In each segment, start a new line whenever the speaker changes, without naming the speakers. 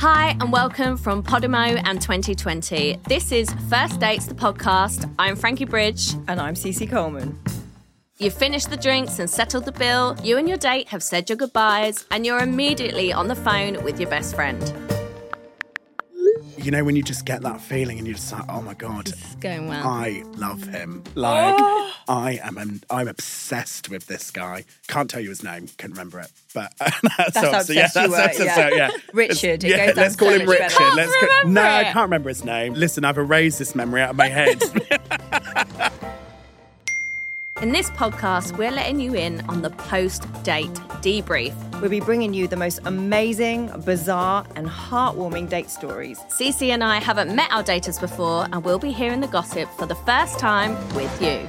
Hi, and welcome from Podimo and 2020. This is First Dates, the podcast. I'm Frankie Bridge.
And I'm Cece Coleman.
You've finished the drinks and settled the bill. You and your date have said your goodbyes, and you're immediately on the phone with your best friend.
You know when you just get that feeling and you're just like, oh my god,
It's going well.
I love him. Like I am, an, I'm obsessed with this guy. Can't tell you his name, couldn't remember it. But that's,
how
obs- yeah,
obsessed you
that's
were,
obsessed-
yeah.
yeah.
Richard, it
yeah,
goes down
let's call
so
him
much
Richard.
better.
let's
Can't
go-
remember
no, I
it.
can't remember his name. Listen, I've erased this memory out of my head.
In this podcast, we're letting you in on the post date debrief.
We'll be bringing you the most amazing, bizarre, and heartwarming date stories.
Cece and I haven't met our daters before, and we'll be hearing the gossip for the first time with you.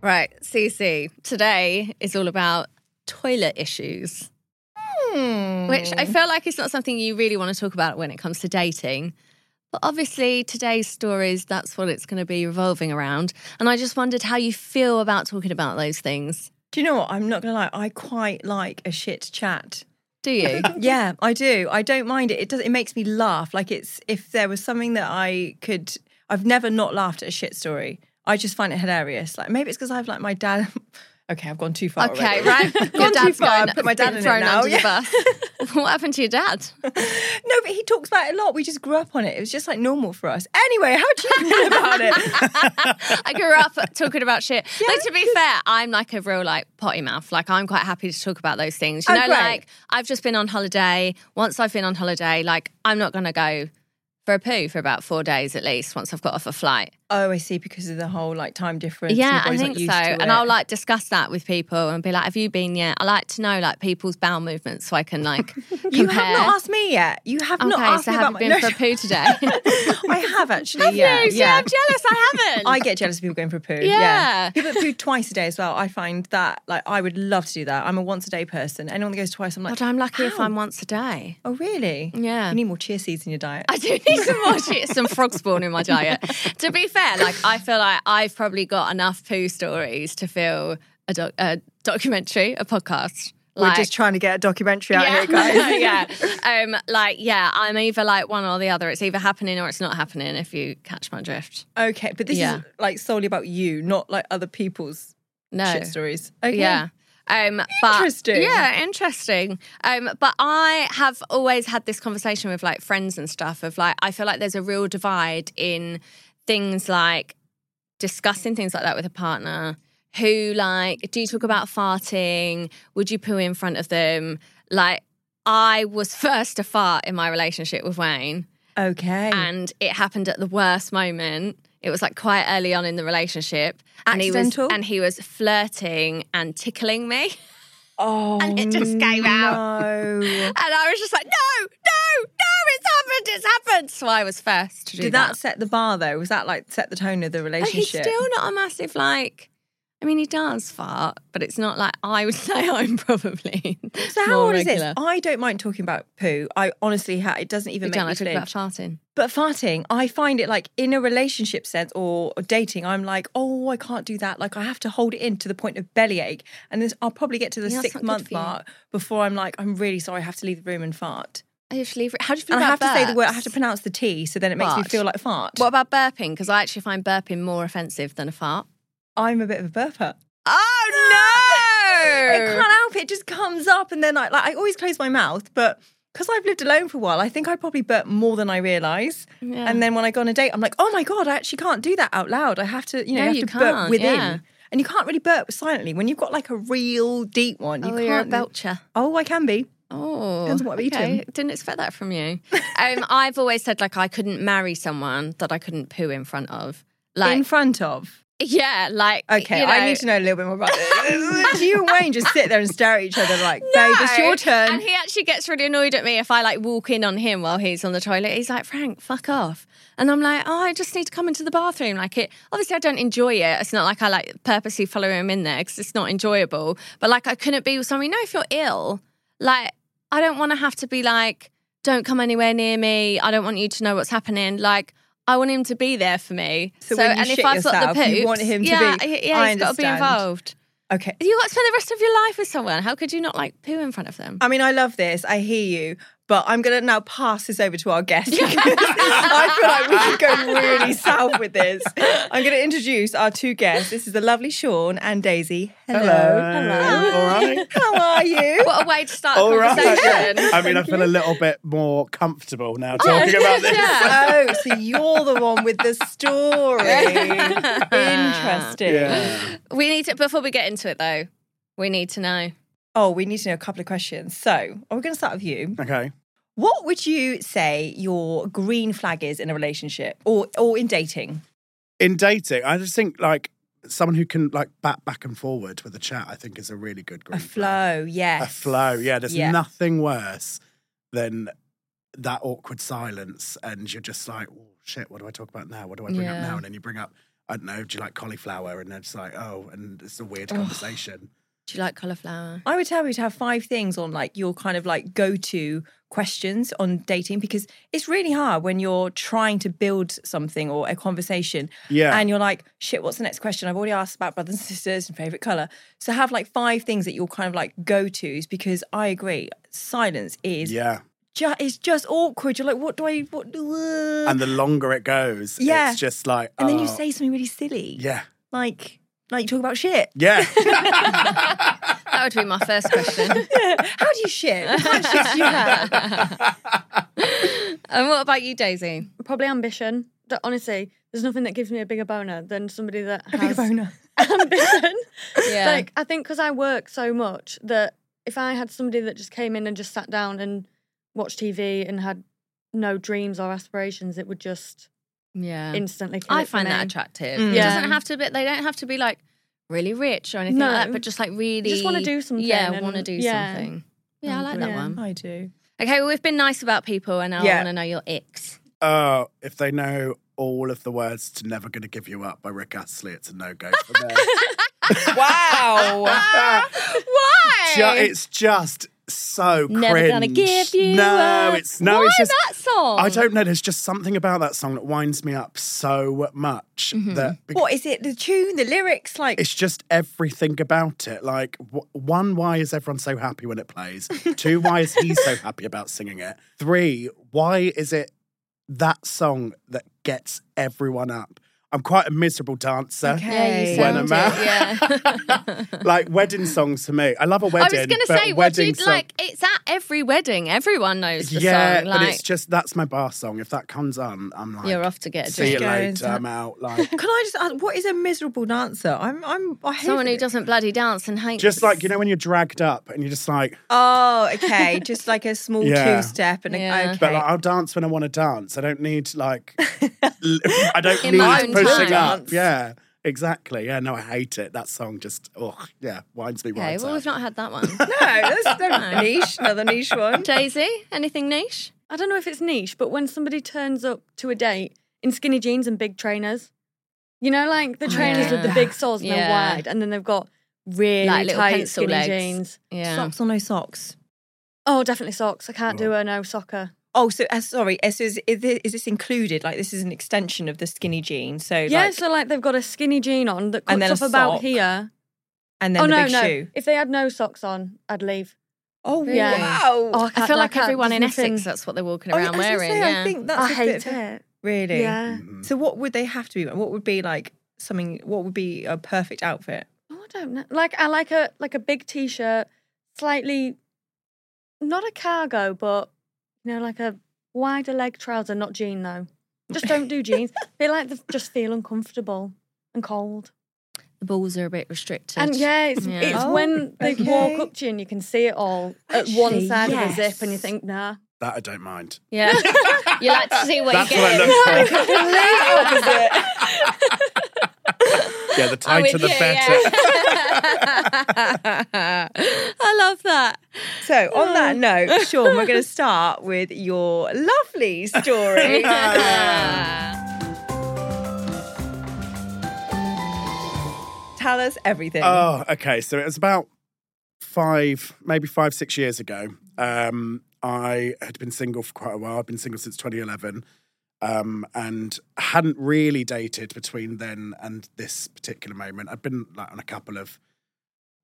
Right, Cece, today is all about toilet issues, which I feel like is not something you really want to talk about when it comes to dating. But obviously, today's stories, that's what it's going to be revolving around. And I just wondered how you feel about talking about those things.
Do you know what? I'm not going to lie. I quite like a shit chat.
Do you?
yeah, I do. I don't mind it. It does. It makes me laugh. Like it's if there was something that I could. I've never not laughed at a shit story. I just find it hilarious. Like maybe it's because I've like my dad. Okay, I've gone too far.
okay,
already.
right. Your
Gone too
dad's
far. I
going,
Put my dad
been
in it
thrown
now.
under
Yeah.
the bus. what happened to your dad?
No, but he talks about it a lot. We just grew up on it. It was just like normal for us. Anyway, how do you feel about it?
I grew up talking about shit. like to be fair, I'm like a real like potty mouth. Like I'm quite happy to talk about those things. You
Oh,
know,
great.
like I've just been on holiday. Once I've been on holiday, like I'm not gonna go for a poo for about four days at least. Once I've got off a flight,
oh, I see. Because of the whole like time difference.
yeah,
your
I
body's not
think so.
used to
And
it.
I'll like discuss that with people and be like, "Have you been yet?" I like to know like people's bowel movements so I can like compare.
You have not asked me yet. You have
okay,
not asked
so
me
have
about
you
my.
been for a poo today?
I have actually.
Have
yeah,
you? See,
yeah.
I'm jealous. I haven't.
I get jealous of people going for a poo.
Yeah.
People that poo twice a day as well. I find that like I would love to do that. I'm a once a day person. Anyone that goes twice, I'm like,
God, I'm lucky if
"Ow."
I'm once a day.
Oh really?
Yeah.
You need more chia seeds in your diet.
I do need some more shit, some frog spawn in my diet. to be fair, like I feel like I've probably got enough poo stories to fill a, doc- a documentary, a podcast.
We're
Like,
just trying to get a documentary out
yeah,
here, guys.
yeah. Um, like yeah, I'm either like one or the other. It's either happening or it's not happening. If you catch my drift,
okay, but this
Yeah.
is like solely about you, not like other people's
no,
shit stories. Okay.
Yeah. Um, but,
Interesting.
Yeah, interesting. Um, but I have always had this conversation with like friends and stuff of like, I feel like there's a real divide in things like discussing things like that with a partner. Who, like, do you talk about farting? Would you poo in front of them? Like, I was first to fart in my relationship with Wayne
Okay.
and it happened at the worst moment. It was like quite early on in the relationship, and he was
Accidental?
and he was flirting and tickling me,
oh,
and it just came out.
no.
And I was just like, no, no, no, it's happened, it's happened. So I was first to do
Did
that.
that set the bar though? Was that like set the tone of the
But he's
relationship?
still not a massive like. I mean, he does fart, but it's not like I would say I'm probably.
so how
more
old is
regular.
this? I don't mind talking about poo. I honestly, ha- it doesn't even
You
make
don't
me
like talking about farting.
flinch. But farting, I find it like in a relationship sense or, or dating, I'm like, oh, I can't do that. Like I have to hold it in to the point of bellyache, and this, I'll probably get to the
Yeah, that's
six
not good
month
for you.
mark before I'm like, I'm really sorry, I have to leave the room and fart.
I have to leave. How do you feel
And I have
about
to say the word. I
burps?
have to pronounce the T, so then it makes me
Fart.
feel like fart.
What about burping? Because I actually find burping more offensive than a fart.
I'm a bit of a burper.
Oh
I can't help it. It just comes up, and then I like I always close my mouth, but because I've lived alone for a while, I think I probably burp more than I realise.
Yeah.
And then when I go on a date, I'm like, oh my god, I actually can't do that out loud. I have to, you
No,
know, you have
you
to
can't,
burp within.
yeah.
And you can't really burp silently when you've got like a real deep one. You
oh,
can't.
you're a belcher.
Oh, I can be.
Oh,
Depends on what I've
okay.
eaten.
Didn't expect that from you. um, I've always said like I couldn't marry someone that I couldn't poo in front of. Like,
in front of.
yeah, like
Okay,
you
I
know.
need to know a little bit more about this. Do you and Wayne just sit there and stare at each other like, babe, it's
No.
your turn?
And he actually gets really annoyed at me if I like walk in on him while he's on the toilet. He's like, Frank, fuck off. And I'm like, oh, I just need to come into the bathroom. Like it, obviously, I don't enjoy it. It's not like I like purposely follow him in there because it's not enjoyable. But like, I couldn't be with somebody. No, if you're ill, like, I don't want to have to be like, don't come anywhere near me. I don't want you to know what's happening. Like, I want him to be there for me.
So when you
and if
shit
I've got the
yourself,
poops,
you want him to
yeah,
be-
yeah,
I
he's got to be
understand.
involved.
okay,
You got to spend the rest of your life with someone. How could you not like poo in front of them?
I mean, I love this. I hear you. But I'm going to now pass this over to our guest. because I feel like we could go really south with this. I'm going to introduce our two guests. This is the lovely Sean and Daisy. Hello.
Hello. All right.
How are you?
What a way to start a
All right.
conversation.
I mean, I feel a little bit more comfortable now talking about this.
Yeah.
Oh, so you're the one with the story. Interesting.
Yeah.
We need to, before we get into it though, we need to know.
Oh, we need to know a couple of questions. So, are we going to start with you?
Okay.
What would you say your green flag is in a relationship or or in dating?
In dating, I just think like someone who can like bat back and forward with a chat, I think is a really good
A
group.
flow, yes.
A flow. Yeah. There's
Yeah.
nothing worse than that awkward silence, and you're just like, oh, shit, what do I talk about now? What do I bring
Yeah.
up now? And then you bring up, I don't know, do you like cauliflower? And they're just like, oh, and it's a weird conversation.
Do you like cauliflower?
I would tell you to have five things on like your kind of like go to questions on dating because it's really hard when you're trying to build something or a conversation.
Yeah.
And you're like, shit, what's the next question? I've already asked about brothers and sisters and favorite color. So have like five things that you're kind of like go tos because I agree, silence is
yeah.
ju- it's just awkward. You're like, what do I, what do I?
And the longer it goes,
Yeah.
it's just like,
And then you
oh,
say something really silly.
yeah.
Like, like you talk about shit.
Yeah.
That would be my first question.
How do you shit? What kind of shit do you have?
and what about you, Daisy?
Probably ambition. That honestly, there's nothing that gives me a bigger boner than somebody that
A big
has
boner.
ambition.
Yeah.
Like I think because I work so much that if I had somebody that just came in and just sat down and watched TV and had no dreams or aspirations, it would just
yeah.
instantly. Kill
I
it for
find
me.
that attractive.
Mm.
It
Yeah.
doesn't have to be, they don't have to be like really rich or anything
No.
like that, but just like really.
Just wanna do something
Yeah,
and-
want to do
yeah.
something. Yeah, I like that
Yeah.
one.
I do.
Okay, well, we've been nice about people and now I
Yeah.
want to know your icks.
Oh, if they know all of the words to Never Gonna Give You Up by Rick Astley, it's a no go for them.
Wow.
Why?
Ju- it's just so cringe.
Never gonna give you
No,
up.
it's no,
Why
it's just
that song?
I don't know. There's just something about that song that winds me up so much
Mm-hmm.
that be-
What is it? The tune, the lyrics, like
it's just everything about it. Like wh- one, why is everyone so happy when it plays? Two, why is he so happy about singing it? Three, why is it that song that gets everyone up? I'm quite a miserable dancer.
Yeah, you
Okay.
When
sound
I'm out.
it. Yeah.
Like wedding songs to me. I love a
I was
wedding.
going to
but
say, what do
wedding
you
song-
like? It's at every wedding. Everyone knows the
yeah,
song.
but
Like,
it's just that's my bar song. If that comes on, I'm like,
you're off to get a
See you
drink.
Just go
later.
into-
I'm out. Like
Can I just ask, what is a miserable dancer? I'm, I'm, I hate
Someone who
it.
doesn't bloody dance and hates.
just like you know when you're dragged up and you're just like,
Oh, okay. just like a small
Yeah.
two step and a,
Yeah.
okay.
but like, I'll dance when I want to dance. I don't need like, l- I don't
In my
need
own
pushing
time.
up. Yeah, exactly. Yeah, no, I hate it. That song just, oh yeah, winds me
Okay,
right
well,
up.
we've not had that one.
no, that's no niche, another niche one.
Daisy, anything niche?
I don't know if it's niche, but when somebody turns up to a date in skinny jeans and big trainers, you know, like the trainers with the
Oh, yeah.
big soles and they're
Yeah.
wide, and then they've got really
Like little
tight
pencil
skinny
legs.
jeans.
Yeah.
Socks or no socks?
Oh, definitely socks. I can't do a no soccer.
Oh, so uh, sorry. uh, So is, is thi- is this included? Like this is an extension of the skinny jean. So
yeah,
like,
so like they've got a skinny jean on that
And then
cuts
a
off about
sock.
here.
and then
oh
the
no,
big
no.
shoe.
If they had no socks on, I'd leave.
Oh
Really?
wow.
Oh,
I feel
I
like
can't-
everyone in
there's nothing-
Essex, that's what they're walking
Oh, yeah,
around
I was gonna
wearing.
say,
yeah.
I think that's
I
a
hate
bit of a-
it.
Really?
Yeah.
Mhm.
So what would they have to be? What would be like something? What would be a perfect outfit?
Oh, I don't know. Like I like a like a big t-shirt, slightly not a cargo, but you know, like a wider leg trouser, not jean though. Just don't do jeans. They like the, just feel uncomfortable and cold.
the balls are a bit restricted.
And yeah, it's,
Yeah.
it's
Oh,
when they
okay.
walk up to you and you can see it all at one
Actually,
side of the
yes.
zip, and you think, nah.
that I don't mind.
Yeah. you like to see what
That's
you
what I
get.
look for.
opposite.
Yeah, the tighter the better.
yeah. I love that.
So on that note, Sean, we're going to start with your lovely story. Tell us everything.
Oh, okay. So it was about five, maybe five, six years ago. Um, I had been single for quite a while. I've been single since 2011 um, and hadn't really dated between then and this particular moment. I'd been like on a couple of,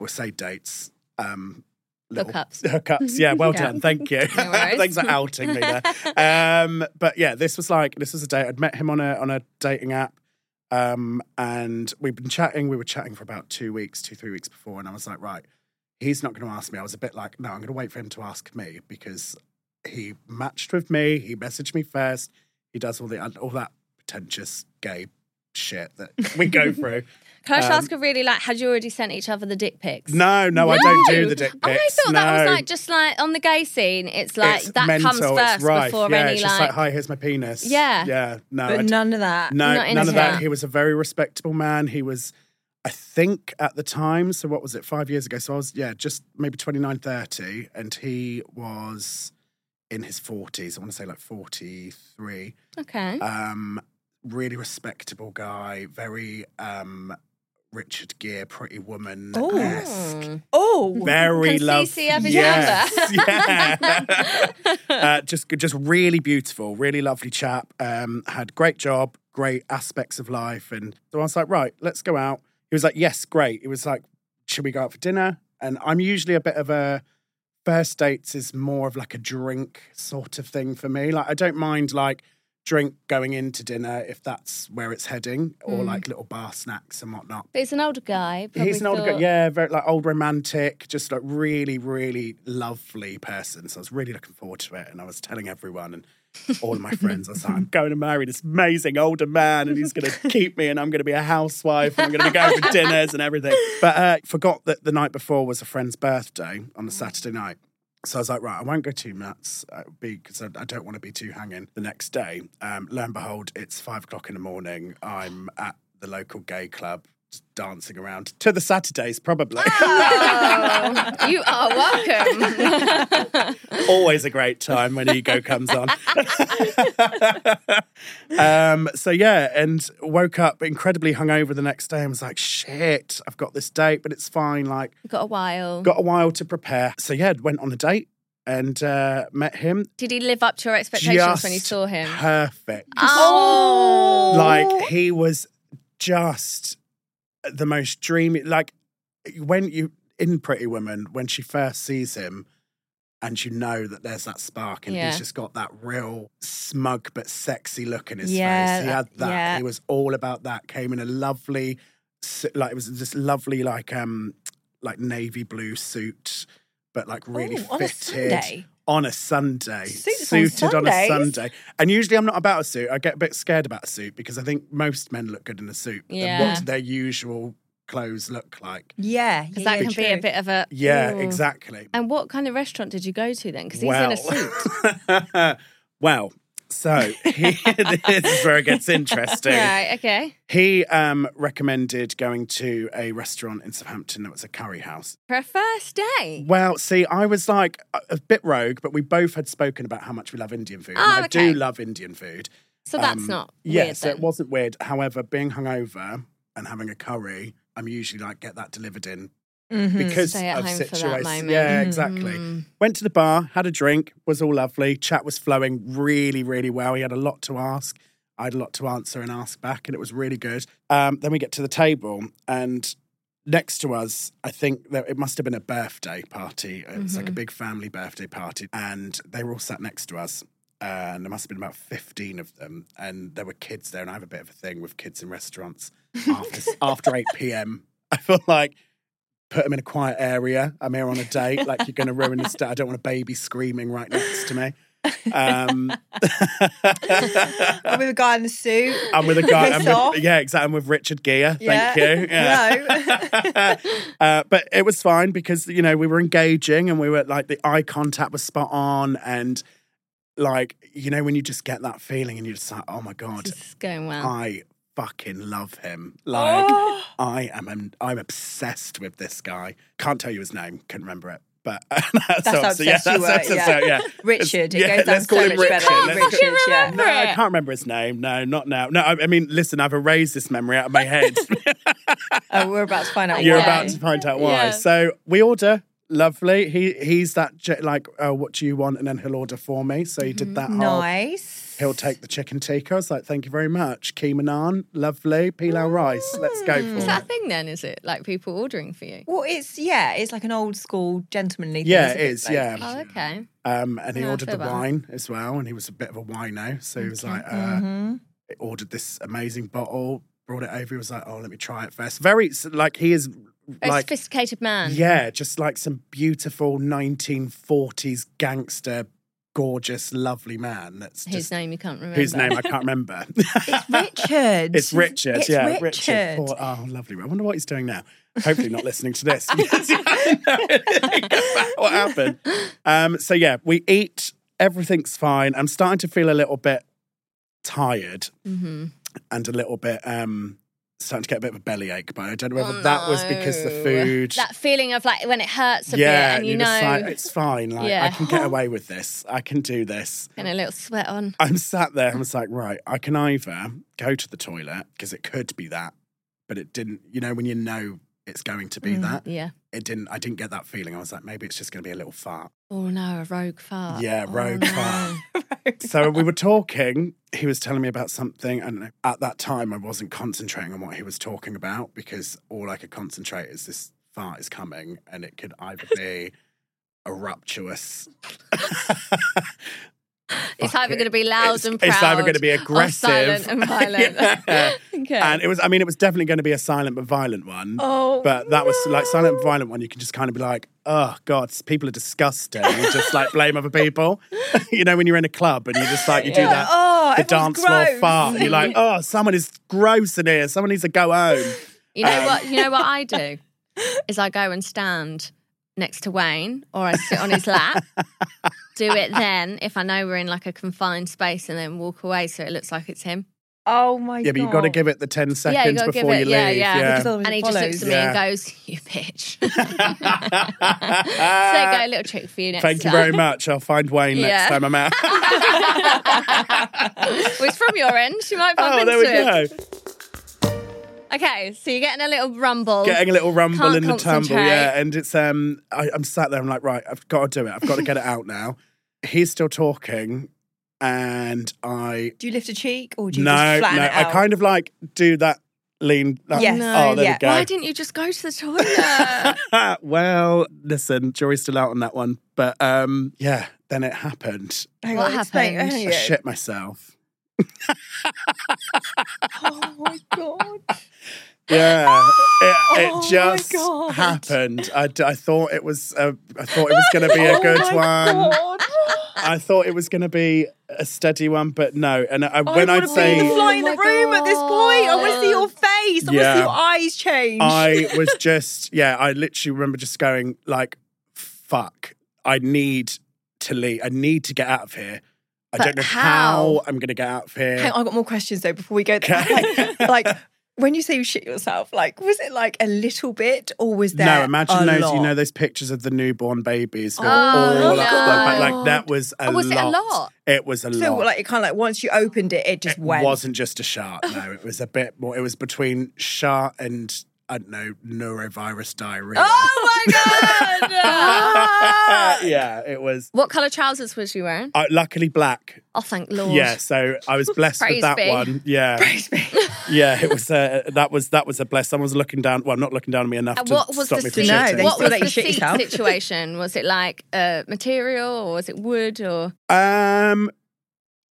we'll say dates, um, little
Hookups.
Hookups. Yeah, well
Yeah.
done. Thank you.
Mm-hmm. No worries.
Thanks for outing me there. Um, but yeah, this was like this was a date. I'd met him on a on a dating app. Um, and we've been chatting. We were chatting for about two weeks, two, three weeks before, and I was like, right, he's not going to ask me. I was a bit like, no, I'm going to wait for him to ask me because he matched with me. He messaged me first. He does all the all that pretentious gay shit that we go through.
Can I just
Um,
ask a really like, had you already sent each other the dick pics?
No, no, I don't do the dick pics.
Oh, I thought that was
No.
like just like on the gay scene, it's like
It's
that
mental,
comes first
it's rife.
before
yeah,
any
it's
like,
just like, hi, here's my penis.
Yeah.
yeah. No, I
but
d-
none of that.
no,
not
none
into
of that.
that.
He was a very respectable man. He was, I think, at the time. So what was it? Five years ago. So I was yeah, just maybe 29, 30. and he was in his forties. I want to say like forty three.
okay.
Um, really respectable guy. Very um, Richard Gere, Pretty Woman. esque
Mm.
Oh,
very
Can
love.
CC have his
yes, yeah. uh, just just really beautiful, really lovely chap. Um, had great job, great aspects of life, and so I was like, right, let's go out. He was like, yes, great. It was like, should we go out for dinner? And I'm usually a bit of a first dates is more of like a drink sort of thing for me. Like I don't mind like drink going into dinner if that's where it's heading, or
Mm.
like little bar snacks and whatnot.
But it's an older guy. probably
He's an older guy,
thought-
yeah, very like old romantic, just like really, really lovely person. So I was really looking forward to it, and I was telling everyone and all of my friends, I was like, I'm going to marry this amazing older man, and he's going to keep me, and I'm going to be a housewife, and I'm going to be going for dinners and everything. But uh, forgot that the night before was a friend's birthday on a Saturday night. So I was like, right, I won't go too nuts uh, because I, I don't want to be too hanging the next day. Um, lo and behold, it's five o'clock in the morning. I'm at the local gay club, just dancing around to the Saturdays, probably.
Oh, you are welcome.
Always a great time when ego comes on. um, so yeah, and woke up incredibly hungover the next day and was like, shit, I've got this date, but it's fine. Like,
Got a while.
got a while to prepare. So yeah, went on a date and uh, met him.
Did he live up to your expectations when you
Just
saw him?
Perfect.
Oh,
Like he was just the most dreamy. Like when you in Pretty Woman, when she first sees him, and you know that there's that spark, and
Yeah.
he's just got that real smug but sexy look in his
Yeah,
face. He had that.
yeah.
He was all about that. Came in a lovely, s- like it was this lovely, like um, like navy blue suit. But like really
Oh, on a
fitted
Sunday?
on a Sunday,
Suits on
suited on a
Sundays?
Sunday. And usually I'm not about a suit. I get a bit scared about a suit because I think most men look good in a suit. But then
Yeah.
what do their usual clothes look like?
yeah,
because that can be a bit of a
Yeah,
Ooh.
exactly.
And what kind of restaurant did you go to then? Because he's in a suit.
suit. well, so he, this is where it gets interesting.
right. Okay.
He um, recommended going to a restaurant in Southampton that was a curry house.
For a first day.
Well, see, I was like a- a bit rogue, but we both had spoken about how much we love Indian food.
Oh,
and I
okay.
do love Indian food.
So that's
Um,
not
Yeah,
weird.
so it
then.
wasn't weird. However, being hungover and having a curry, I'm usually like get that delivered in
Mm-hmm.
because
Hmm, Stay at
of
home for that
situation.
moment. Hmm.
Yeah, exactly. Went to the bar, had a drink, was all lovely. Chat was flowing really, really well. He had a lot to ask. I had a lot to answer and ask back, and it was really good. Um, then we get to the table, and next to us, I think that it must have been a birthday party. It was like a big family birthday party, and they were all sat next to us. And there must have been about 15 of them. And there were kids there. And I have a bit of a thing with kids in restaurants after, after 8 p.m. I feel like put them in a quiet area. I'm here on a date. Like, you're going to ruin this. day. I don't want a baby screaming right next to me. Um,
I'm with a guy in a suit.
I'm with a guy. I'm
Piss
with,
off.
yeah, exactly. I'm with Richard Gere. Thank
Yeah.
you. Yeah. uh, but it was fine because you know we were engaging and we were like the eye contact was spot on and like you know when you just get that feeling and you're just like oh my god
This is going well.
I fucking love him. Like
Oh.
I am, I'm, I'm obsessed with this guy. Can't tell you his name. Couldn't remember it. But that's
how
obs- yeah,
obsessed you
that's
were,
obsessed,
yeah.
yeah.
Richard. It
Yeah,
goes down
let's call
so
him
much
Richard.
better.
Let's
call-
Richard, yeah.
remember
No, I
it.
can't remember his name. No, not now. No, I, I mean, listen, I've erased this memory out of my head.
Oh, we're about to find out.
You're
why.
about to find out why.
Yeah.
So we order lovely. He he's that ge- like, oh, what do you want? And then he'll order for me. So he did that.
Mm-hmm.
whole,
Nice.
He'll take the chicken tikka. I was like, thank you very much. Keema naan, lovely. Pilau rice. Let's go for
Mm. Is
it.
that a thing then, is it? Like people ordering for you?
Well, it's yeah, it's like an old school gentlemanly.
Yeah,
thing,
it is.
Like-
Yeah.
Oh, okay.
Um, and he
Yeah, I
ordered
feel
the
that.
wine as well, and he was a bit of a wino, so he was like, uh,
Mm-hmm.
he ordered this amazing bottle, brought it over. He was like, oh, let me try it first. Very s- like he is
Very
like.
sophisticated man.
Yeah, just like some beautiful 1940s gangster, gorgeous, lovely man. That's
His
just,
name you can't remember.
whose name I can't remember.
Richard.
It's Richard.
It's
yeah,
Richard.
Poor- oh, lovely. I wonder what he's doing now. Hopefully, not listening to this. Yes, I know. Think about what happened? Um, so yeah, we eat. Everything's fine. I'm starting to feel a little bit tired
hmm
and a little bit um, starting to get a bit of a bellyache. But I don't know whether that was because the food.
Oh, That feeling of like when it hurts a
yeah,
bit and you
you're just
know,
like, it's fine. Like I
Yeah.
can get away with this. I can do this.
and a little sweat on.
I'm sat there and was like, right, I can either go to the toilet because it could be that, but it didn't. You know, when you know it's going to be that,
Yeah.
it didn't. I didn't get that feeling. I was like, maybe it's just going to be a little fart.
Oh no, a rogue fart.
Yeah,
Oh,
rogue
no.
fart. So we were talking. He was telling me about something, and at that time, I wasn't concentrating on what he was talking about because all I could concentrate is this fart is coming, and it could either be a rapturous.
It's either going to be loud
it's,
and proud.
It's either going to be
or
aggressive,
silent and violent.
Yeah.
okay.
And it was, I mean, it was definitely going to be a silent but violent one.
Oh,
But that was like silent but violent one. You can just kind of be like, oh God, people are disgusting. You just like blame other people. you know, when you're in a club and you just like, you do that.
Oh,
the
everyone's
dance floor
gross.
fart. You're like, oh, someone is gross in here. Someone needs to go home.
you know
Um,
what? You know what I do is I go and stand next to Wayne, or I sit on his lap. do it then if I know we're in like a confined space, and then walk away so it looks like it's him.
Oh my god.
Yeah, but you've got to give it the 10
Yeah, you
seconds
gotta give
before
it-
you
yeah,
leave.
yeah.
Yeah.
Because
and he
follows.
just looks at me
Yeah.
and goes, "You bitch." so there you go, a little trick for you next
Thank you
time.
very much. I'll find Wayne
Yeah.
next time I'm out.
well, it's from your end. You might bump
oh, there
into
we
it.
go.
Okay, so you're getting a little rumble.
getting a little rumble
Can't
in the tumble.
concentrate.
Yeah, and it's um, I, I'm sat there. I'm like, right, I've got to do it. I've got to get it out now. He's still talking, and I
Do you lift a cheek or do
no,
you
no,
just flatten it
I
out?
kind of like do that lean. That,
Yes.
Oh, there
No,
Why
we go.
didn't you just go to the toilet?
well, listen, jury's still out on that one, but um, yeah. Then it happened.
Hang
What
on, explain-
happened?
hang
I
on.
shit myself.
Oh my god.
Yeah, it, it
Oh my
just
God.
happened. I, d- I thought it was. uh, I thought it was going to be a good
oh
one.
my God.
I thought it was going to be a steady one, but no. And I,
I
when
want
I'd
to be the
say
fly in the
Oh my
room at this point. I want to see your face. I want to
Yeah.
see your eyes change.
I was just, yeah, I literally remember just going, like, fuck, I need to leave. I need to get out of here. I
But
don't know
how?
how, I'm going to get out of
Hang
here.
on, I've got more questions though before we go there.
Okay.
Like, like, when you say you shit yourself, like, was it like a little bit or was there?
No, imagine
a
those,
lot?
you know, those pictures of the newborn babies. who were
Oh,
all
no.
up there, but, like, that was a
Oh, was it a
lot.
lot?
It was a
So,
lot.
like, it kind of like once you opened it, it just
it
went.
wasn't just a shark. No, it was a bit more. It was between shark and I don't know neurovirus diarrhea.
Oh my
Uh,
god!
yeah, it was.
what colour trousers was you wearing?
Uh, luckily, black.
Oh, thank Lord.
Yeah, so I was blessed with
Praise
that
be.
one. Yeah,
Praise me.
yeah, it was. Uh, that was that was a bless. Someone was looking down. Well, not looking down on me enough
And
to
Uh, what was
stop
the
me from
seat?
No,
shitting.
they
what
still
was
let
the
you shit
seat
yourself.
situation? Was it like uh, material or was it wood or?
um,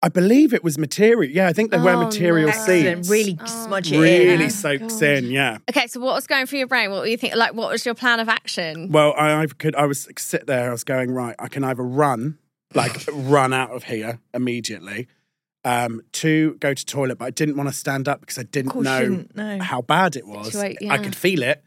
I believe it was material. Yeah, I think there were
Oh,
material
no.
Excellent.
seats.
Really
Oh.
smudge it in.
Really
Yeah.
soaks
God.
in. Yeah.
Okay, so what was going through your brain? What were you thinking? Like, what was your plan of action?
Well, I, I could. I was sit there. I was going right. I can either run, like run out of here immediately. Um, two, go to toilet, but I didn't want to stand up because I
Of
didn't
course, you
know
didn't know.
how bad it was.
Situate, yeah.
I could feel it,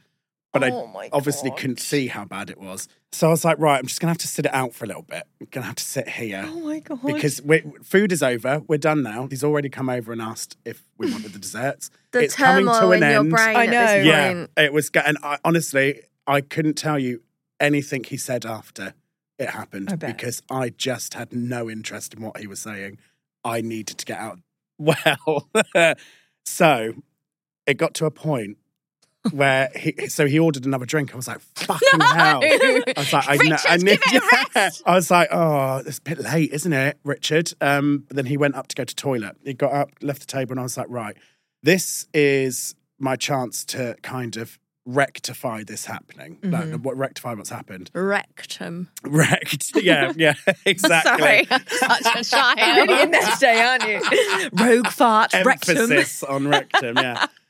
but
Oh my
I obviously
God.
couldn't see how bad it was. So I was like, right, I'm just gonna have to sit it out for a little bit. I'm gonna have to sit here
Oh my god!
because we food is over. We're done now. He's already come over and asked if we wanted the desserts.
The
it's coming
turmoil
to an
in
end.
your brain.
I
At this
know.
Yeah,
Point.
it was. ga- And I, honestly, I couldn't tell you anything he said after it happened
I bet.
because I just had no interest in what he was saying. I needed to get out. Well, so it got to a point where he so he ordered another drink. I was like, fucking hell. I was like, I, kn- I
Richard, give it a
yeah.
rest.
I was like, oh, it's a bit late, isn't it, Richard? Um, but then he went up to go to toilet. He got up, left the table, and I was like, right, this is my chance to kind of rectify this happening. Like,
Mm-hmm.
what rectify what's happened?
Rectum.
Wrecked. Yeah, yeah, exactly.
Sorry, I'm such a
You're
child.
in there today, aren't you? Rogue fart, rectum.
emphasis on rectum.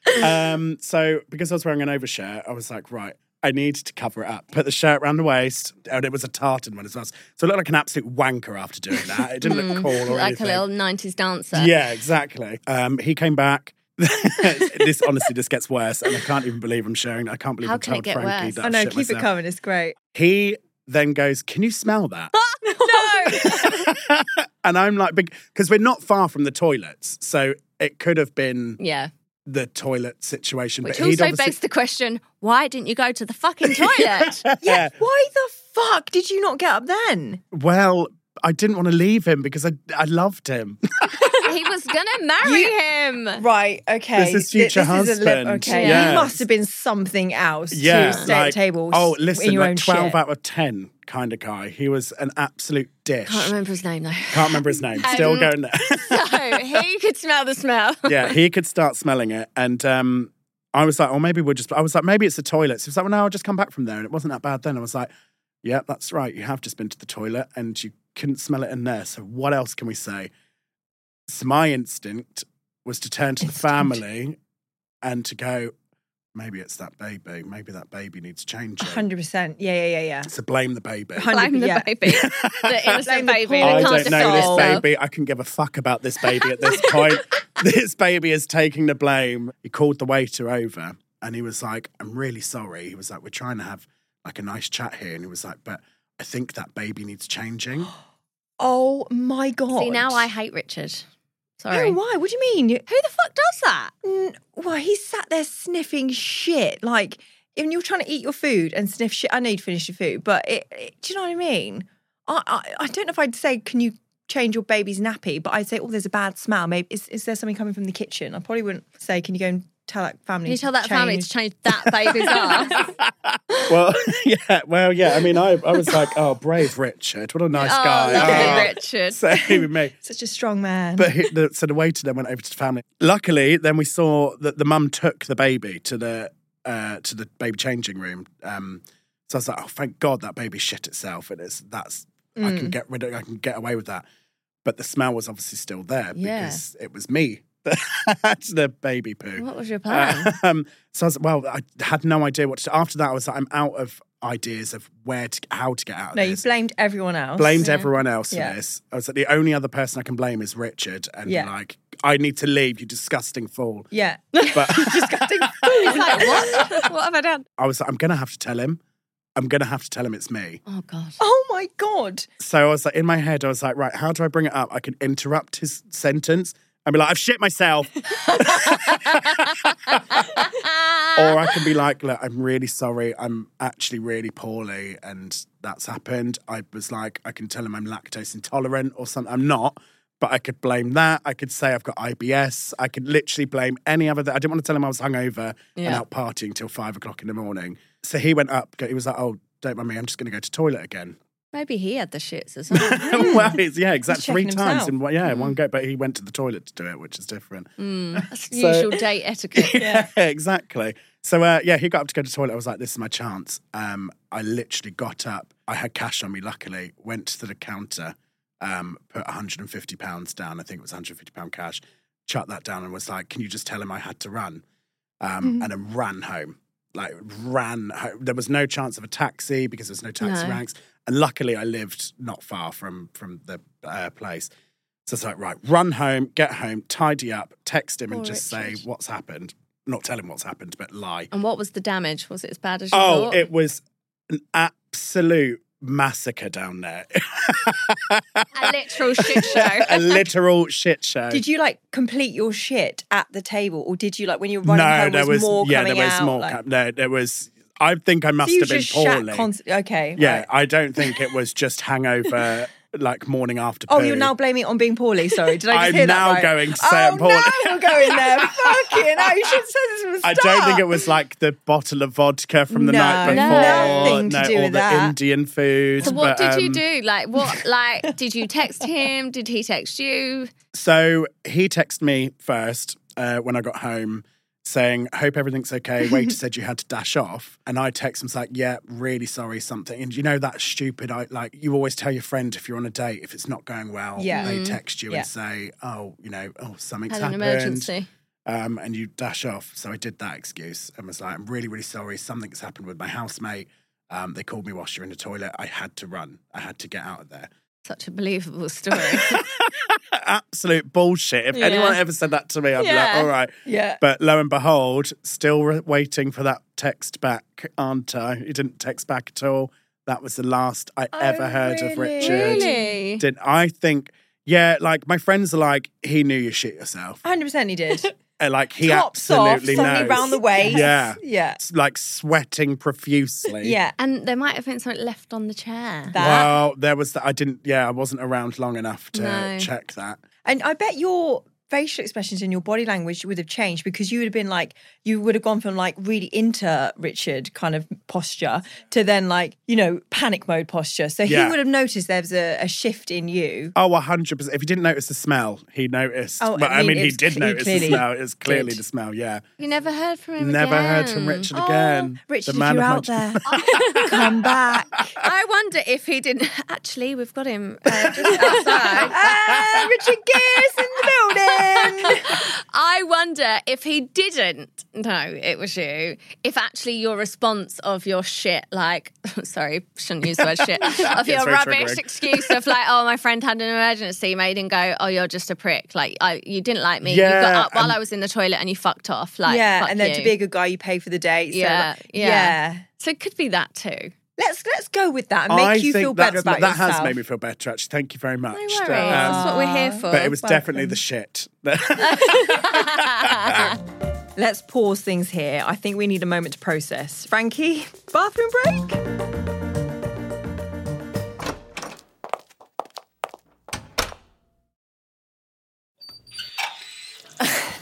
Yeah. um, so because I was wearing an overshirt, I was like, right, I need to cover it up. Put the shirt around the waist, and it was a tartan one as well. So I looked like an absolute wanker after doing that. It didn't look cool or
Hmm. like a
anything.
little 90s dancer.
Yeah, exactly. Um, he came back. this honestly, this gets worse, and I can't even believe I'm sharing. it. I can't believe
How
I
can it
told
get
Frankie
worse?
that
I know,
shit
Oh, keep it
myself.
coming. It's great.
He then goes, "Can you smell that?"
No.
and I'm like, because we're not far from the toilets, so it could have been
Yeah.
the toilet situation.
Which
but he'd
also
obviously-
begs the question why didn't you go to the fucking toilet?
yeah. Why the fuck did you not get up then?
Well, I didn't want to leave him because I I loved him.
he was going to marry him.
Right. Okay.
This is
Th-
future
this is a lip-
husband.
okay.
Yeah.
You must have been something else.
yeah,
To stay
like,
at tables.
Oh,
in
listen,
your own
like twelve
shit.
out of ten kind of guy. He was an absolute dish.
Can't remember his name though.
Can't remember his name. Still
Um,
going there.
So he could smell the smell.
yeah, he could start smelling it, and um, I was like, oh, maybe we'll just. I was like, maybe it's the toilets. He was like, well, no, I'll just come back from there, and it wasn't that bad then. I was like, yeah, that's right. You have just been to the toilet, and you couldn't smell it in there. So what else can we say? So my instinct was to turn to the family and to go, maybe it's that baby. Maybe that baby needs changing.
Hundred percent. Yeah. Yeah. Yeah. Yeah.
So blame the baby.
Hundred-
Blame the
Yeah.
baby. The
Blame
innocent
the
baby.
poor-
that
I
can't
don't know
defend
this
itself.
baby. I can give a fuck about this baby at this point. this baby is taking the blame. He called the waiter over and he was like, I'm really sorry. He was like, We're trying to have like a nice chat here. And he was like, But I think that baby needs changing.
Oh my god.
See, now I hate Richard. Sorry.
No, why? What do you mean?
Who the fuck does that?
N- Well, he sat there sniffing shit. Like, when you're trying to eat your food and sniff shit, I know you'd finish your food, but it, it- do you know what I mean? I, I, I don't know if I'd say, can you change your baby's nappy? But I'd say, oh, there's a bad smell. Maybe is, is there something coming from the kitchen? I probably wouldn't say, can you go and tell that family?
Can you
to
tell that family to
change?"
change that baby's ass?
Well, yeah. Well, yeah. I mean, I, I was like, Oh, brave Richard. What a nice guy.
Oh, lovely
Ah,
Richard.
Same with me.
Such a strong man.
But he, the, so the waiter then went over to the family. Luckily, then we saw that the mum took the baby to the uh, to the baby changing room. Um, so I was like, oh, thank God that baby shit itself, and it's that's I can get rid of, I can get away with that. But the smell was obviously still there
Yeah.
because it was me that had the baby poo.
What was your plan?
Um, so I was well, I had no idea what to. do. After that, I was like, I'm out of ideas of where to how to get out. Of
no, you
this
blamed everyone else.
blamed everyone else
Yeah.
for this. I was like, the only other person I can blame is Richard, and
Yeah.
like, I need to leave, you disgusting fool.
Yeah.
But
Disgusting.
It's like, what? what have I done?
I was like, I'm gonna have to tell him. I'm gonna have to tell him it's me.
Oh, God.
oh my God.
So I was like, in my head, I was like, right, how do I bring it up? I can interrupt his sentence and be like, I've shit myself,
Ah.
or
Uh.
I can be like, look, I'm really sorry. I'm actually really poorly, and that's happened. I was like, I can tell him I'm lactose intolerant or something. I'm not, but I could blame that. I could say I've got IBS. I could literally blame any other. Th- I didn't want to tell him I was hungover and
Yeah.
out partying till five o'clock in the morning. So he went up. He was like, oh. Don't mind me. I'm just going to go to toilet again.
Maybe he had the shits as well.
well, it's, yeah, exactly.
Hmm. checking
Three times
himself. Hmm.
in one, yeah, in one go. But he went to the toilet to do it, which is different.
That's usual date etiquette.
Yeah, exactly. So uh, yeah, he got up to go to the toilet. I was like, "This is my chance." Um, I literally got up. I had cash on me, luckily. Went to the counter, um, put 150 pounds down. I think it was 150 pound cash. Shut that down and was like, "Can you just tell him I had to run?" Um, And then ran home. Like ran. Home. There was no chance of a taxi because there was no taxi
No.
ranks. And luckily, I lived not far from from the uh, place. So it's like, right, run home, get home, tidy up, text him, and
Poor
just say
Richard.
what's happened. Not tell him what's happened, but lie.
And what was the damage? Was it as bad as you
Oh,
thought?
it was an absolute massacre down there.
A literal shit show.
a literal shit show.
Oh. Did you like complete your shit at the table, or did you like when you were running home?
there was,
more
yeah,
coming
there was
out,
more.
like-
com- no, there was. I think I must
you
have been
just shat
poorly.
const- okay.
yeah,
right.
I don't think it was just hangover like morning after.
Oh,
poo.
you're now blaming it on being poorly. Sorry, did I just
I'm
hear that
now
right?
going to say
oh,
I'm poorly.
now you're going there. Fucking hell, you should have said this from the
I
start.
don't think it was like the bottle of vodka from the
No,
night before.
no.
Nothing to
no,
do
all
with
the
that.
Indian food.
So what
but,
did you
um,
do? Like what? Like did you text him? Did he text you?
So he texted me first uh, when I got home saying, Hope everything's okay. Waiter said you had to dash off. And I text him, like, Yeah, really sorry, something. And you know, that stupid, I, like, you always tell your friend if you're on a date, if it's not going well,
Yeah.
they text you
Yeah.
and say, Oh, you know, oh, something's
Had Mm-hmm. an
happened.
emergency.
Um, and you dash off. So I did that excuse and was like, I'm really, really sorry. Something's happened with my housemate. Um, they called me whilst you're in the toilet. I had to run. I had to get out of there.
Such a believable story.
absolute bullshit. If
Yeah.
anyone ever said that to me, I'd be
Yeah.
like, all right.
Yeah.
But lo and behold, still re- waiting for that text back, aren't I? He didn't text back at all. That was the last I
Oh,
ever heard of
really?
Richard.
really?
Didn't I think? Yeah, like my friends are like, he knew you shit yourself.
Hundred percent, he did.
And, like he
Tops off,
absolutely
something
knows.
round the waist.
Yeah.
yeah,
It's like sweating profusely.
yeah.
And there might have been something left on the chair.
That-
Well, there was that. I didn't. Yeah, I wasn't around long enough to
No.
check that.
And I bet your facial expressions and your body language would have changed because you would have been like, you would have gone from like really into Richard kind of posture to then like, you know, panic mode posture. So
Yeah.
he would have noticed there was a, a shift in you.
Oh, 100%. If he didn't notice the smell, he noticed.
Oh, I
but I
mean,
mean, he
it's
did
cl- he
notice the
clearly
smell. It was clearly
did.
the smell, yeah.
you never heard from him
Never heard from
again.
Richard again.
Oh,
the
Richard, if
man
you're
of my
out there, come back.
I wonder if he didn't. Actually, we've got him uh, just outside.
Ah, Richard Gears in the building.
I wonder if he didn't know it was you, if actually your response of your shit, like, sorry, shouldn't use the word shit, of your
it's very
rubbish
triggering.
excuse of like, oh, my friend had an emergency, made him go, oh, you're just a prick. Like, I, you didn't like me. you
Yeah,
got up while
and-
I was in the toilet and you fucked off. Like,
um, yeah,
fuck
and then
you.
to be a good guy, you pay for the date. So
Yeah,
like,
yeah.
yeah.
So it could be that too.
Let's let's go with that and make
I
you
think
feel
that's-
better about
That
yourself. Oh,
has made me feel better, actually. Thank you very much.
No worries.
Um,
That's what we're here for.
but it was
Welcome.
definitely the shit.
Let's pause things here. I think we need a moment to process. Frankie, bathroom break?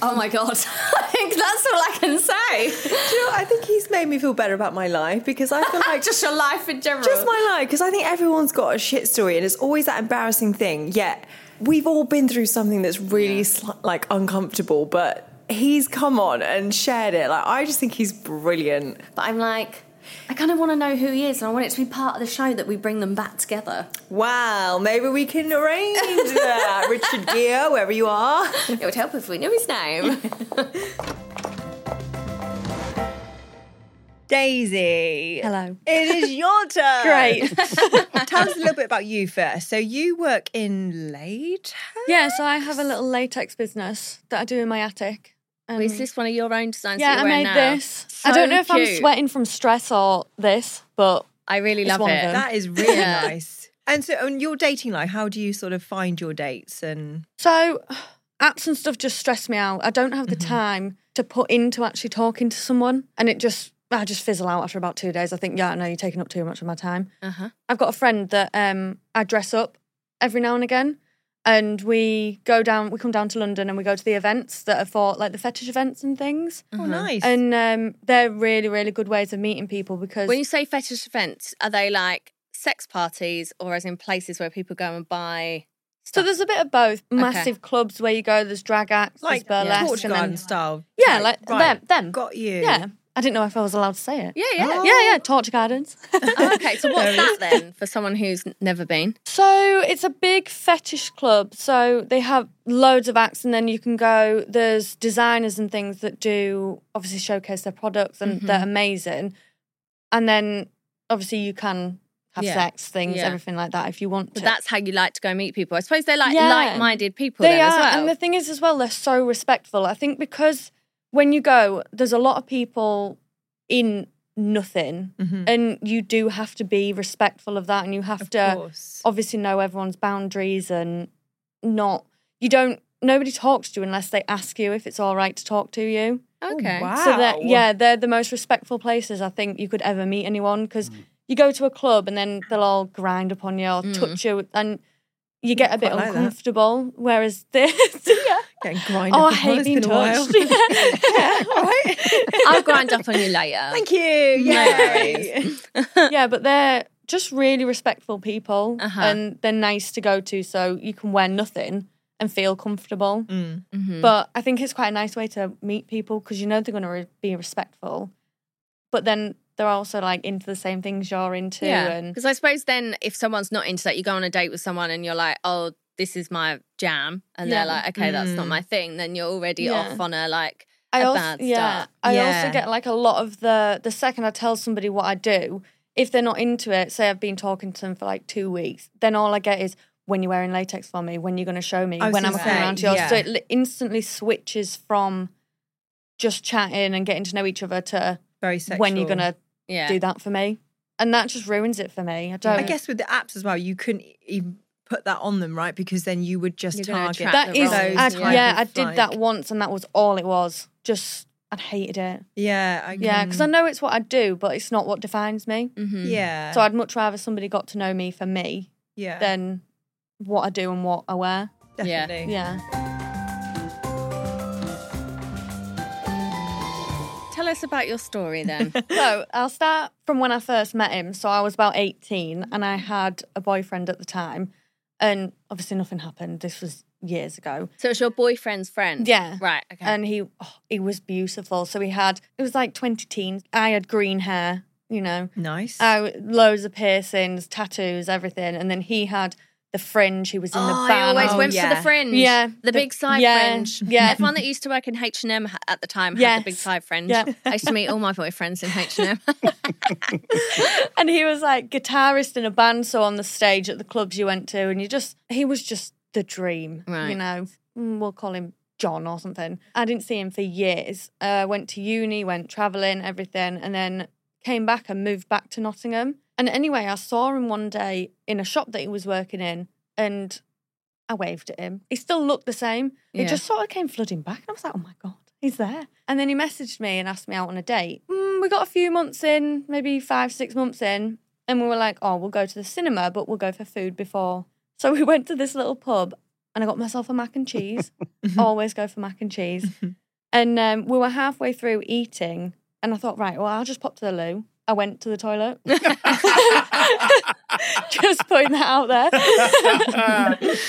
oh my God. I think that's all I can say.
Do you know what? I think he's made me feel better about my life because I feel like
Just your life in general.
just my life because I think everyone's got a shit story and it's always that embarrassing thing. Yet we've all been through something that's really sli- like uncomfortable, but he's come on and shared it. Like I just think he's brilliant.
But I'm like, I kind of want to know who he is, and I want it to be part of the show that we bring them back together.
Wow, maybe we can arrange that, Richard Gere, wherever you are.
It would help if we knew his name.
Daisy.
Hello.
It is your turn.
Great.
Tell us a little bit about you first. So you work in Lade?
yeah, so I have a little latex business that I do in my attic. And
Is this one of your own designs?
yeah,
that
I
you
made this. I don't know if I'm sweating from stress or this, but
I really
It's
love
one of
it.
them.
That is really
Yeah.
nice. And so on your dating life, how do you sort of find your dates and
So apps and stuff just stress me out. I don't have the
Mm-hmm.
time to put into actually talking to someone, and it just I just fizzle out after about two days. I think, yeah, no, you're taking up too much of my time.
Uh-huh.
I've got a friend that um, I dress up every now and again, and we go down. We come down to London and we go to the events that are for like the fetish events and things.
Oh nice.
And um, they're really, really good ways of meeting people because
When you say fetish events, are they like sex parties or as in places where people go and buy?
so there's a bit of both. Massive clubs where you go. There's drag acts,
like
there's burlesque,
porch
and
garden
then
style.
yeah,
type.
like
Right.
them, them.
Got you.
Yeah. I didn't know if I was allowed to say it.
Yeah, yeah.
Yeah, yeah, torture gardens.
Oh, okay, so what's that then for someone who's never been?
so it's a big fetish club. So they have loads of acts, and then you can go. There's designers and things that do obviously showcase their products, and they're amazing. And then obviously you can have
Yeah.
sex, things,
Yeah.
everything like that if you want to.
But that's how you like to go meet people. I suppose they're like
Yeah.
like-minded people
They
then
are,
as well.
and the thing is, as well, they're so respectful. I think because when you go, there's a lot of people in nothing,
Mm-hmm.
and you do have to be respectful of that, and you have
Of
to
course.
obviously know everyone's boundaries and not. You don't. Nobody talks to you unless they ask you if it's all right to talk to you.
okay.
Oh, wow.
So that yeah, they're the most respectful places I think you could ever meet anyone because you go to a club and then they'll all grind upon you or touch you and you get a bit
Mm. Quite like that.
uncomfortable. Whereas this, yeah.
Getting grinded.
oh, I
up on.
hate
It's
being
been a while.
touched. yeah.
All right.
I'll grind up on you later.
Thank you. Yay.
yeah, but they're just really respectful people
Uh-huh.
and they're nice to go to so you can wear nothing and feel comfortable.
Mm.
Mhm.
But I think it's quite a nice way to meet people because you know they're going to re- be respectful. But then they're also like into the same things you're into. And
Because I suppose then if someone's not into that, you go on a date with someone and you're like, oh, this is my jam. And
Yeah.
they're like, okay, that's not
Mm.
my thing. Then you're already
Yeah.
off on a like,
I
a
also,
bad
yeah,
start.
I
Yeah.
also get like a lot of the the second I tell somebody what I do, if they're not into it, say I've been talking to them for like two weeks, then all I get is when you're wearing latex for me, when you're going to show me,
I was
when I'm
gonna
coming
say,
around to yours. So
yeah.
it li- instantly switches from just chatting and getting to know each other to
Very sexual.
when you're going to
yeah.
do that for me, and that just ruins it for me. I don't.
I guess with the apps as well, you couldn't even put that on them, right? Because then you would just
You're gonna
target
attract
that
the
is.
wrong
I-
those
type
yeah,
of,
I did
like-
that once, and that was all it was. Just I hated it.
Yeah, I
Yeah, because I know it's what I do, but it's not what defines me.
Mhm.
Yeah,
So I'd much rather somebody got to know me for me
yeah,
than what I do and what I wear.
Yeah.
definitely.
Yeah.
Tell us about your story then.
So I'll start from when I first met him. So I was about 18 and I had a boyfriend at the time. And obviously nothing happened. This was years ago.
so it's your boyfriend's friend.
Yeah.
Right. Okay.
And he oh, he was beautiful. So he had it was like 20 teens. I had green hair, you know.
Nice.
I Oh, loads of piercings, tattoos, everything. And then he had the fringe. He was in
oh,
the
I
band.
always
Oh,
went for
yeah.
the fringe.
Yeah.
The
The-
big side
yeah,
fringe.
yeah.
Everyone that used to work in H&M ha- at the time had the big
Yes.
side fringe.
Yeah.
I used to meet all my boyfriends in H&M.
and he was like guitarist in a band, so on the stage at the clubs you went to, and you just he was just the dream,
Right.
you know. Mm, We'll call him John or something. I didn't see him for years. Uh, went to uni, went traveling, everything, and then came back and moved back to Nottingham. And anyway, I saw him one day in a shop that he was working in, and I waved at him. He still looked the same.
Yeah.
It just sort of came flooding back. And I was like, oh my God, he's there. And then he messaged me and asked me out on a date. Mm, we got a few months in, maybe five, six months in. And we were like, oh, we'll go to the cinema, but we'll go for food before. So we went to this little pub and I got myself a mac and cheese. Always go for mac and cheese. and um, we were halfway through eating. And I thought, right, well, I'll just pop to the loo. I went to the toilet. just putting that out there.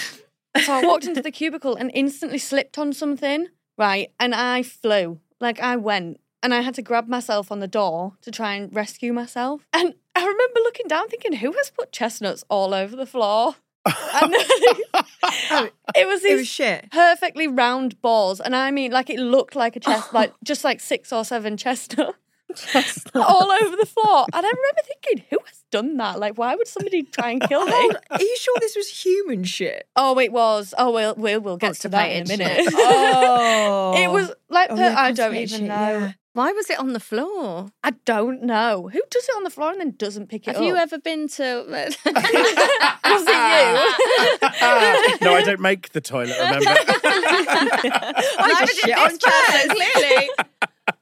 So I walked into the cubicle and instantly slipped on something, right? And I flew. Like I went and I had to grab myself on the door to try and rescue myself. And I remember looking down thinking, who has put chestnuts all over the floor? And it was
it was
these
shit.
perfectly round balls. And I mean, like it looked like a chest, like just like six or seven chestnuts. all over the floor, and I remember thinking, "Who has done that? Like, why would somebody try and kill me?"
Hold on, Are you sure this was human shit?
Oh, it was. Oh, we'll we'll, we'll get to that in a
Constipated
minute.
shit.
Oh,
It was like
Oh,
per-
yeah,
I don't
constipated
even
shit,
know.
yeah.
Why was it on the floor?
I don't know who does it on the floor and then doesn't pick it
Have
up.
you ever been to... uh,
was it you?
no, I don't make the toilet, remember?
I
just shit on
clearly.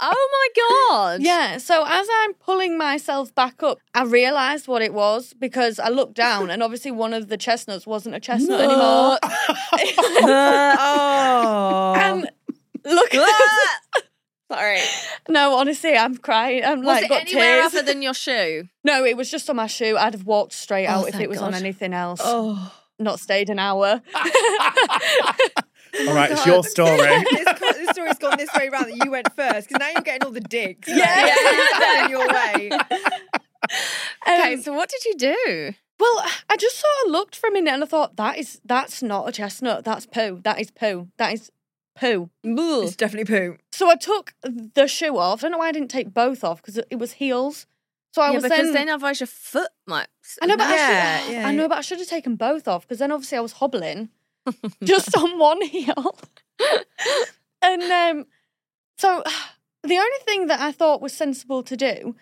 oh my god.
Yeah. So as I'm pulling myself back up, I realised what it was because I looked down and obviously one of the chestnuts wasn't a chestnut anymore.
Uh, oh,
And Um, look,
Ah! Sorry.
no, honestly, I'm crying. I'm
Was
like
it
got
anywhere
tears.
other than your shoe?
No, it was just on my shoe. I'd have walked straight
Oh,
out if
thank
it was on
God. Ah,
anything else.
oh.
Not stayed an hour.
All right, it's your story.
This, this story's gone this way round that you went first because now you're getting all the dicks.
Yeah.
yeah. in your way.
Okay,
Um,
so what did you do?
Well, I just sort of looked for a minute and I thought that is that's not a chestnut. That's poo. That is poo. That is poo.
It's definitely poo.
So I took the shoe off. I don't know why I didn't take both off because it was heels. So I
yeah,
was
because
then.
then, otherwise your foot might.
I know, but I
Yeah,
should.
yeah.
I know, but I should have taken both off because then obviously I was hobbling just on one heel. and um, so the only thing that I thought was sensible to do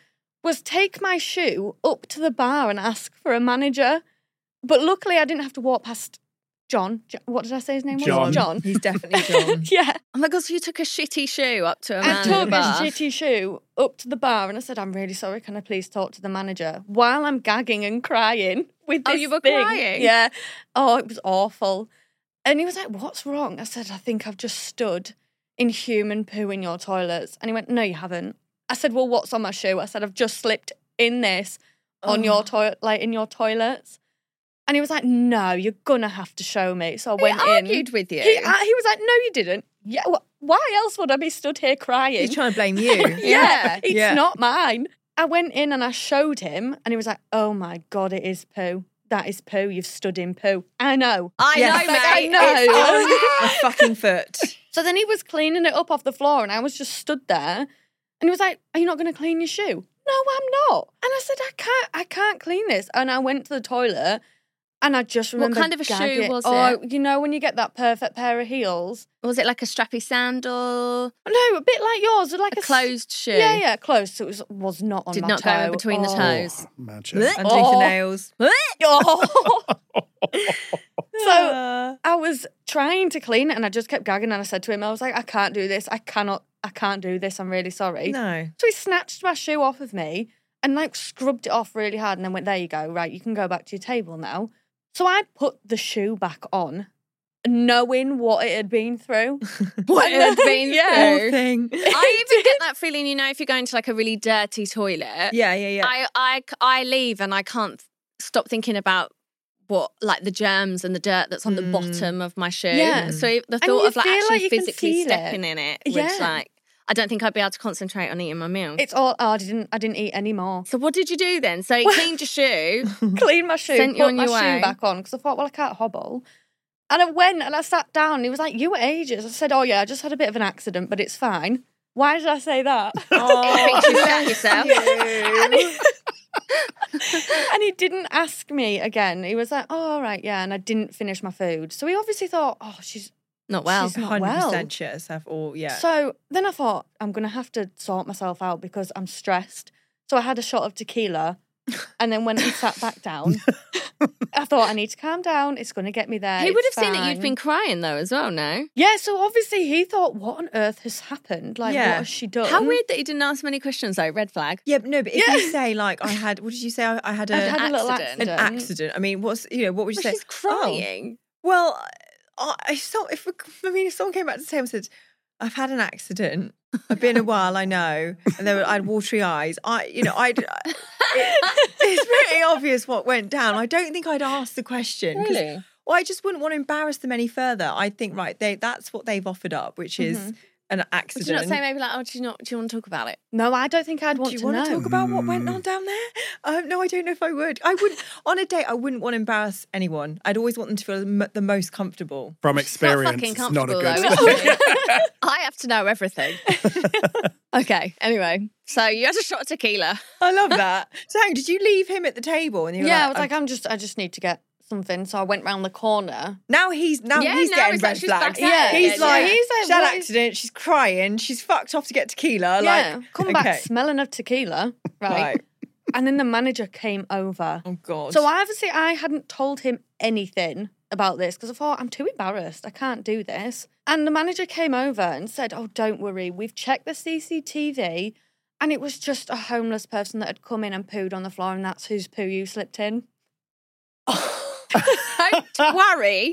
was take my shoe up to the bar and ask for a manager. But luckily, I didn't have to walk past John. Jo- What did I say his name was?
John.
John.
He's definitely John.
Yeah.
Oh my god, so you took a shitty shoe up to a man
I
in the
took
bar.
his shitty shoe up to the bar and I said, I'm really sorry, can I please talk to the manager? While I'm gagging and crying with
Oh,
this
you were
thing.
crying?
Yeah. Oh, it was awful. And he was like, What's wrong? I said, I think I've just stood in human poo in your toilets. And he went, No, you haven't. I said, Well, what's on my shoe? I said, I've just slipped in this on
Oh.
your toilet, like in your toilets. And he was like, No, you're gonna have to show me. So I
He
went in.
argued with you.
He, uh, he was like, No, you didn't. Yeah. wh- Why else would I be stood here crying?
He's trying to blame you.
Yeah.
Yeah, it's
Yeah.
not mine. I went in and I showed him, and he was like, "Oh my god, it is poo. That is poo. You've stood in poo. I know."
I
Yes.
know,
Like,
I
mate.
know.
It's on-
My fucking foot.
So then he was cleaning it up off the floor, and I was just stood there, and he was like, "Are you not going to clean your shoe?" No, I'm not. And I said, "I can't. I can't clean this." And I went to the toilet, and I just
What
remember
kind of a shoe
gagging.
was
Oh, you know when you get that perfect pair of heels?
was it like a strappy sandal,
No, a bit like yours, like
a
s-
closed shoe?
Yeah, yeah, close. So it was was not on
Did
my
not go
toe.
between the
Oh.
toes.
Imagine.
Underneath
Oh.
the nails.
Oh. so
Uh,
I was trying to clean it and I just kept gagging and I said to him, I was like, I can't do this. I cannot, I can't do this. I'm really sorry.
no.
So he snatched my shoe off of me and like scrubbed it off really hard and then went, There you go, right, you can go back to your table now. So I put the shoe back on, knowing what it had been through.
What it had been
Yeah.
Poor
through.
thing.
I even get that feeling, you know, if you're going to like a really dirty toilet,
Yeah, yeah, yeah.
I, I, I leave and I can't stop thinking about what, like the germs and the dirt that's on the
Mm.
bottom of my shoe.
Yeah.
So the
you
thought of like
feel like
actually
you can
physically
feel it.
stepping in it was
Yeah.
like, I don't think I'd be able to concentrate on eating my meal.
It's all oh, I didn't I didn't eat anymore.
so what did you do then? So you
Well-
cleaned your shoe.
Cleaned my shoe,
Sent you
put
on
my
your way.
shoe back on because I thought, well, I can't hobble. And I went and I sat down. And he was like, "You were ages." I said, "Oh yeah, I just had a bit of an accident, but it's fine." Why did I say that?
I think Oh, you shat yourself.
and, he, and he didn't ask me again. He was like, "Oh, all right, yeah," and I didn't finish my food. So he obviously thought, "Oh, she's."
Not well.
She's not well.
100% shit herself. Or, yeah.
So then I thought, I'm gonna have to sort myself out because I'm stressed. So I had a shot of tequila, and then when he sat back down, I thought I need to calm down. It's gonna get me there.
He would have
It's
seen that you'd
fine."
been crying though as well, no?
Yeah, so obviously he thought, what on earth has happened? Like,
Yeah.
what has she done?
How weird that he didn't ask many questions though. Red flag.
yeah, but no, but if you
Yeah.
say, like, I had, what did you say? I, I had a.
I've had a little
accident.
accident.
an uh, accident. I mean, what's you know what would you
But
say?
she's crying.
Oh, well, I, I saw if I mean if someone came back to the table and said, "I've had an accident. I've been a while. I know," and they were, I had watery eyes. I you know I. it- it's pretty obvious what went down. I don't think I'd ask the question. 'cause-
Really?
Well, I just wouldn't want to embarrass them any further. I think right, they that's what they've offered up, which is an
Would
accident.
you not say maybe like, oh, do you not? Do you want to talk about it?
No, I don't think I'd want
Do you
to
want
know.
to talk about what went on down there? Um, no, I don't know if I would. I would on a date. I wouldn't want to embarrass anyone. I'd always want them to feel m- the most comfortable.
From
Not
experience,
fucking
it's not a
comfortable
good
though. is it? I have to know everything. okay. Anyway, so you had a shot of tequila.
I love that. so, hang, on, did you leave him at the table? And you were
yeah, I
like, "Um,
was like, I'm just, I just need to get something. So I went round the corner.
now he's now
Yeah,
he's
now
getting
he's like,
red
she's
flags.
back
out
he's
again,
like,
yeah. He's like,
she's had
what
an
is-
accident. She's crying. She's fucked off to get tequila.
yeah,
like,
come back
okay,
smelling of tequila, right?
Right.
And then the manager came over.
Oh god.
So obviously, I hadn't told him anything about this because I thought I'm too embarrassed. I can't do this. And the manager came over and said, "Oh, don't worry. We've checked the CCTV, and it was just a homeless person that had come in and pooed on the floor, and that's whose poo you slipped in."
Don't worry.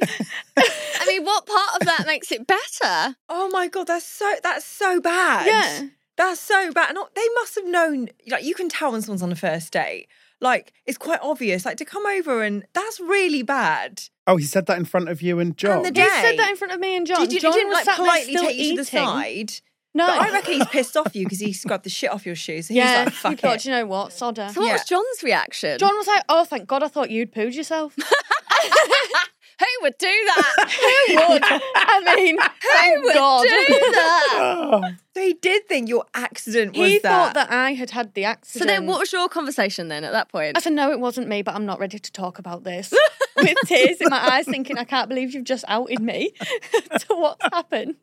I mean, what part of that makes it better?
oh my god, that's so that's so bad.
Yeah.
That's so bad. Not they must have known. Like you can tell when someone's on a first date. Like it's quite obvious. Like to come over and that's really bad.
Oh, he said that in front of you and John.
the
He
dad-
said that
Day.
in front of me and John.
Did you,
John
he didn't
was
like
sat there
politely
still
take you to the
eating.
side?
No,
But I reckon he's pissed off you because he scrubbed the shit off your shoes. So he's
yeah,
like, fuck
he thought,
it.
"Do you know what, sodder.
So what
Yeah.
was John's reaction?
John was like, "Oh, thank God, I thought you'd pooed yourself."
who would do that?
Who would? I mean,
who
thank
would
God.
do that?
so he did think your accident was
He
that.
thought that I had had the accident.
So then, what was your conversation then at that point?
I said, no, it wasn't me, but I'm not ready to talk about this. With tears in my eyes, thinking, I can't believe you've just outed me to what's happened.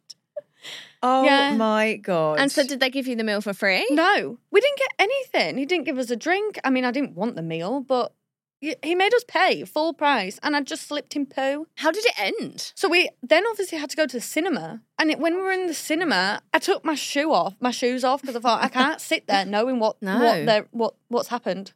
oh
Yeah.
my god.
And so, did they give you the meal for free?
No, we didn't get anything. He didn't give us a drink. I mean, I didn't want the meal, but y- he made us pay full price, and I just slipped in poo.
How did it end?
So we then obviously had to go to the cinema. And it, when we were in the cinema, I took my shoe off, my shoes off, because I thought I can't sit there knowing what
No.
what, they're- what what's happened.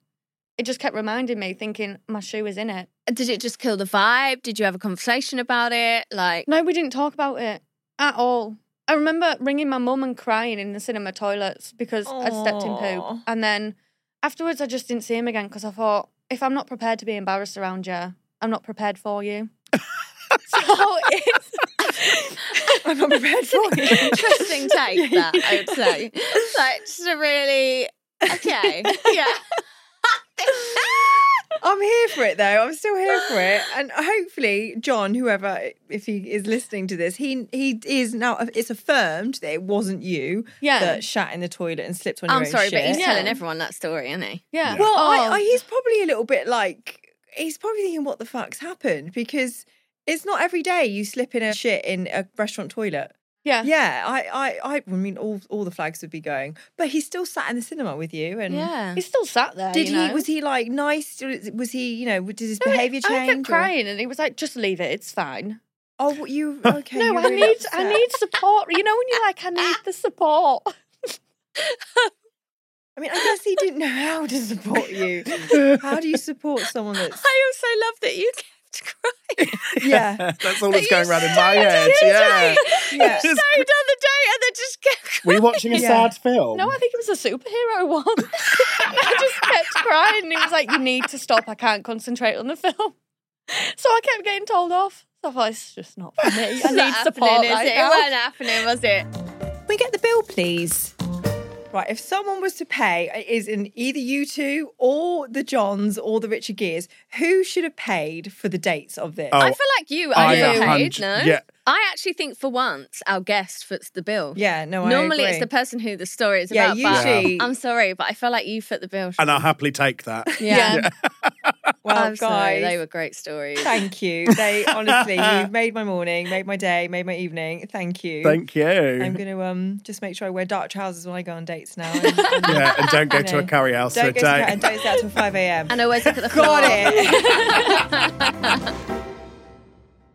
it just kept reminding me, thinking my shoe is in it.
Did it just kill the vibe? Did you have a conversation about it? Like,
No, we didn't talk about it at all. I remember ringing my mum and crying in the cinema toilets because I'd stepped in poop.
Aw.
And then afterwards, I just didn't see him again because I thought, if I'm not prepared to be embarrassed around you, I'm not prepared for you. so it's,
I'm not prepared for it.
interesting take that I would say. Like, just a really okay, yeah.
I'm here for it though. I'm still here for it, and hopefully, John, whoever, if he is listening to this, he he is now. It's affirmed that it wasn't you
Yeah.
that shat in the toilet and slipped on your
I'm
own
sorry, but
shit.
he's
Yeah.
telling everyone that story, isn't he?
yeah.
Well,
Oh.
I, I, he's probably a little bit like he's probably thinking, "What the fuck's happened?" Because it's not every day you slip in a shit in a restaurant toilet.
yeah.
Yeah, I, I, I, I mean, all all the flags would be going, but he still sat in the cinema with you, and
Yeah.
He still sat there.
Did
you
he?
know?
Was he like nice? Was he? You know, did his
No,
behavior change?
I kept
or-
crying, and he was like, "Just leave it. It's fine."
Oh, what you okay?
no,
you're
I
really
need, I
upset.
need support. You know, when you're like, "I need the support."
I mean, I guess he didn't know how to support you. How do you support someone that's?
I also love that you kept crying.
Yeah,
That's all
That
that's
you
going round in
stayed
my
on the
head.
date,
Yeah.
right?
yeah.
You stayed on the date and then just kept
Were you watching a
Yeah.
sad film?
No, I think it was a superhero one. I just kept crying. And he was like, You need to stop. I can't concentrate on the film. So I kept getting told off. So I thought, It's just not for me. I
It's not
need support.
happening, is
right
it?
now."
It wasn't happening, was it?
Can we get the bill, please? Right, if someone was to pay, it is in either you two or the Johns or the Richard Gears, who should have paid for the dates of this?
Oh,
I feel like you
I
overpaid,
a hundred-
no?
yeah.
I actually think for once our guest foots the bill.
yeah, no, I
Normally
agree.
it's the person who the story is
yeah,
about. but
usually.
I'm sorry, but I feel like you foot the bill.
And I'll happily take that.
yeah. Oh,
well,
I'm
guys,
sorry, they were great stories.
thank you. They honestly, you made my morning, made my day, made my evening. Thank you.
Thank you.
I'm gonna um just make sure I wear dark trousers when I go on dates now. And, and
yeah, and don't go to a
No.
curry house
don't go to
today.
and don't start till five a.m.
And always look at the floor.
Got it.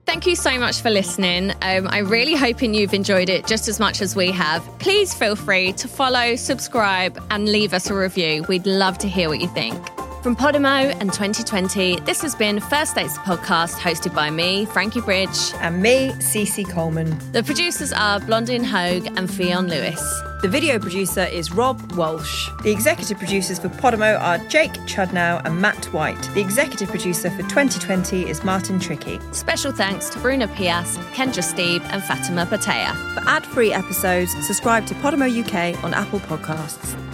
Thank you so much for listening. Um, I'm really hoping you've enjoyed it just as much as we have. Please feel free to follow, subscribe, and leave us a review. We'd love to hear what you think. From Podimo and 2020, this has been First Dates the Podcast, hosted by me, Frankie Bridge.
and me, Cece Coleman.
The producers are Blondin Hogue and Fionn Lewis.
The video producer is Rob Walsh. The executive producers for Podimo are Jake Chudnow and Matt White. The executive producer for 2020 is Martin Tricky.
Special thanks to Bruna Pias, Kendra Steeb, and Fatima Patea.
For ad-free episodes, subscribe to Podimo UK on Apple Podcasts.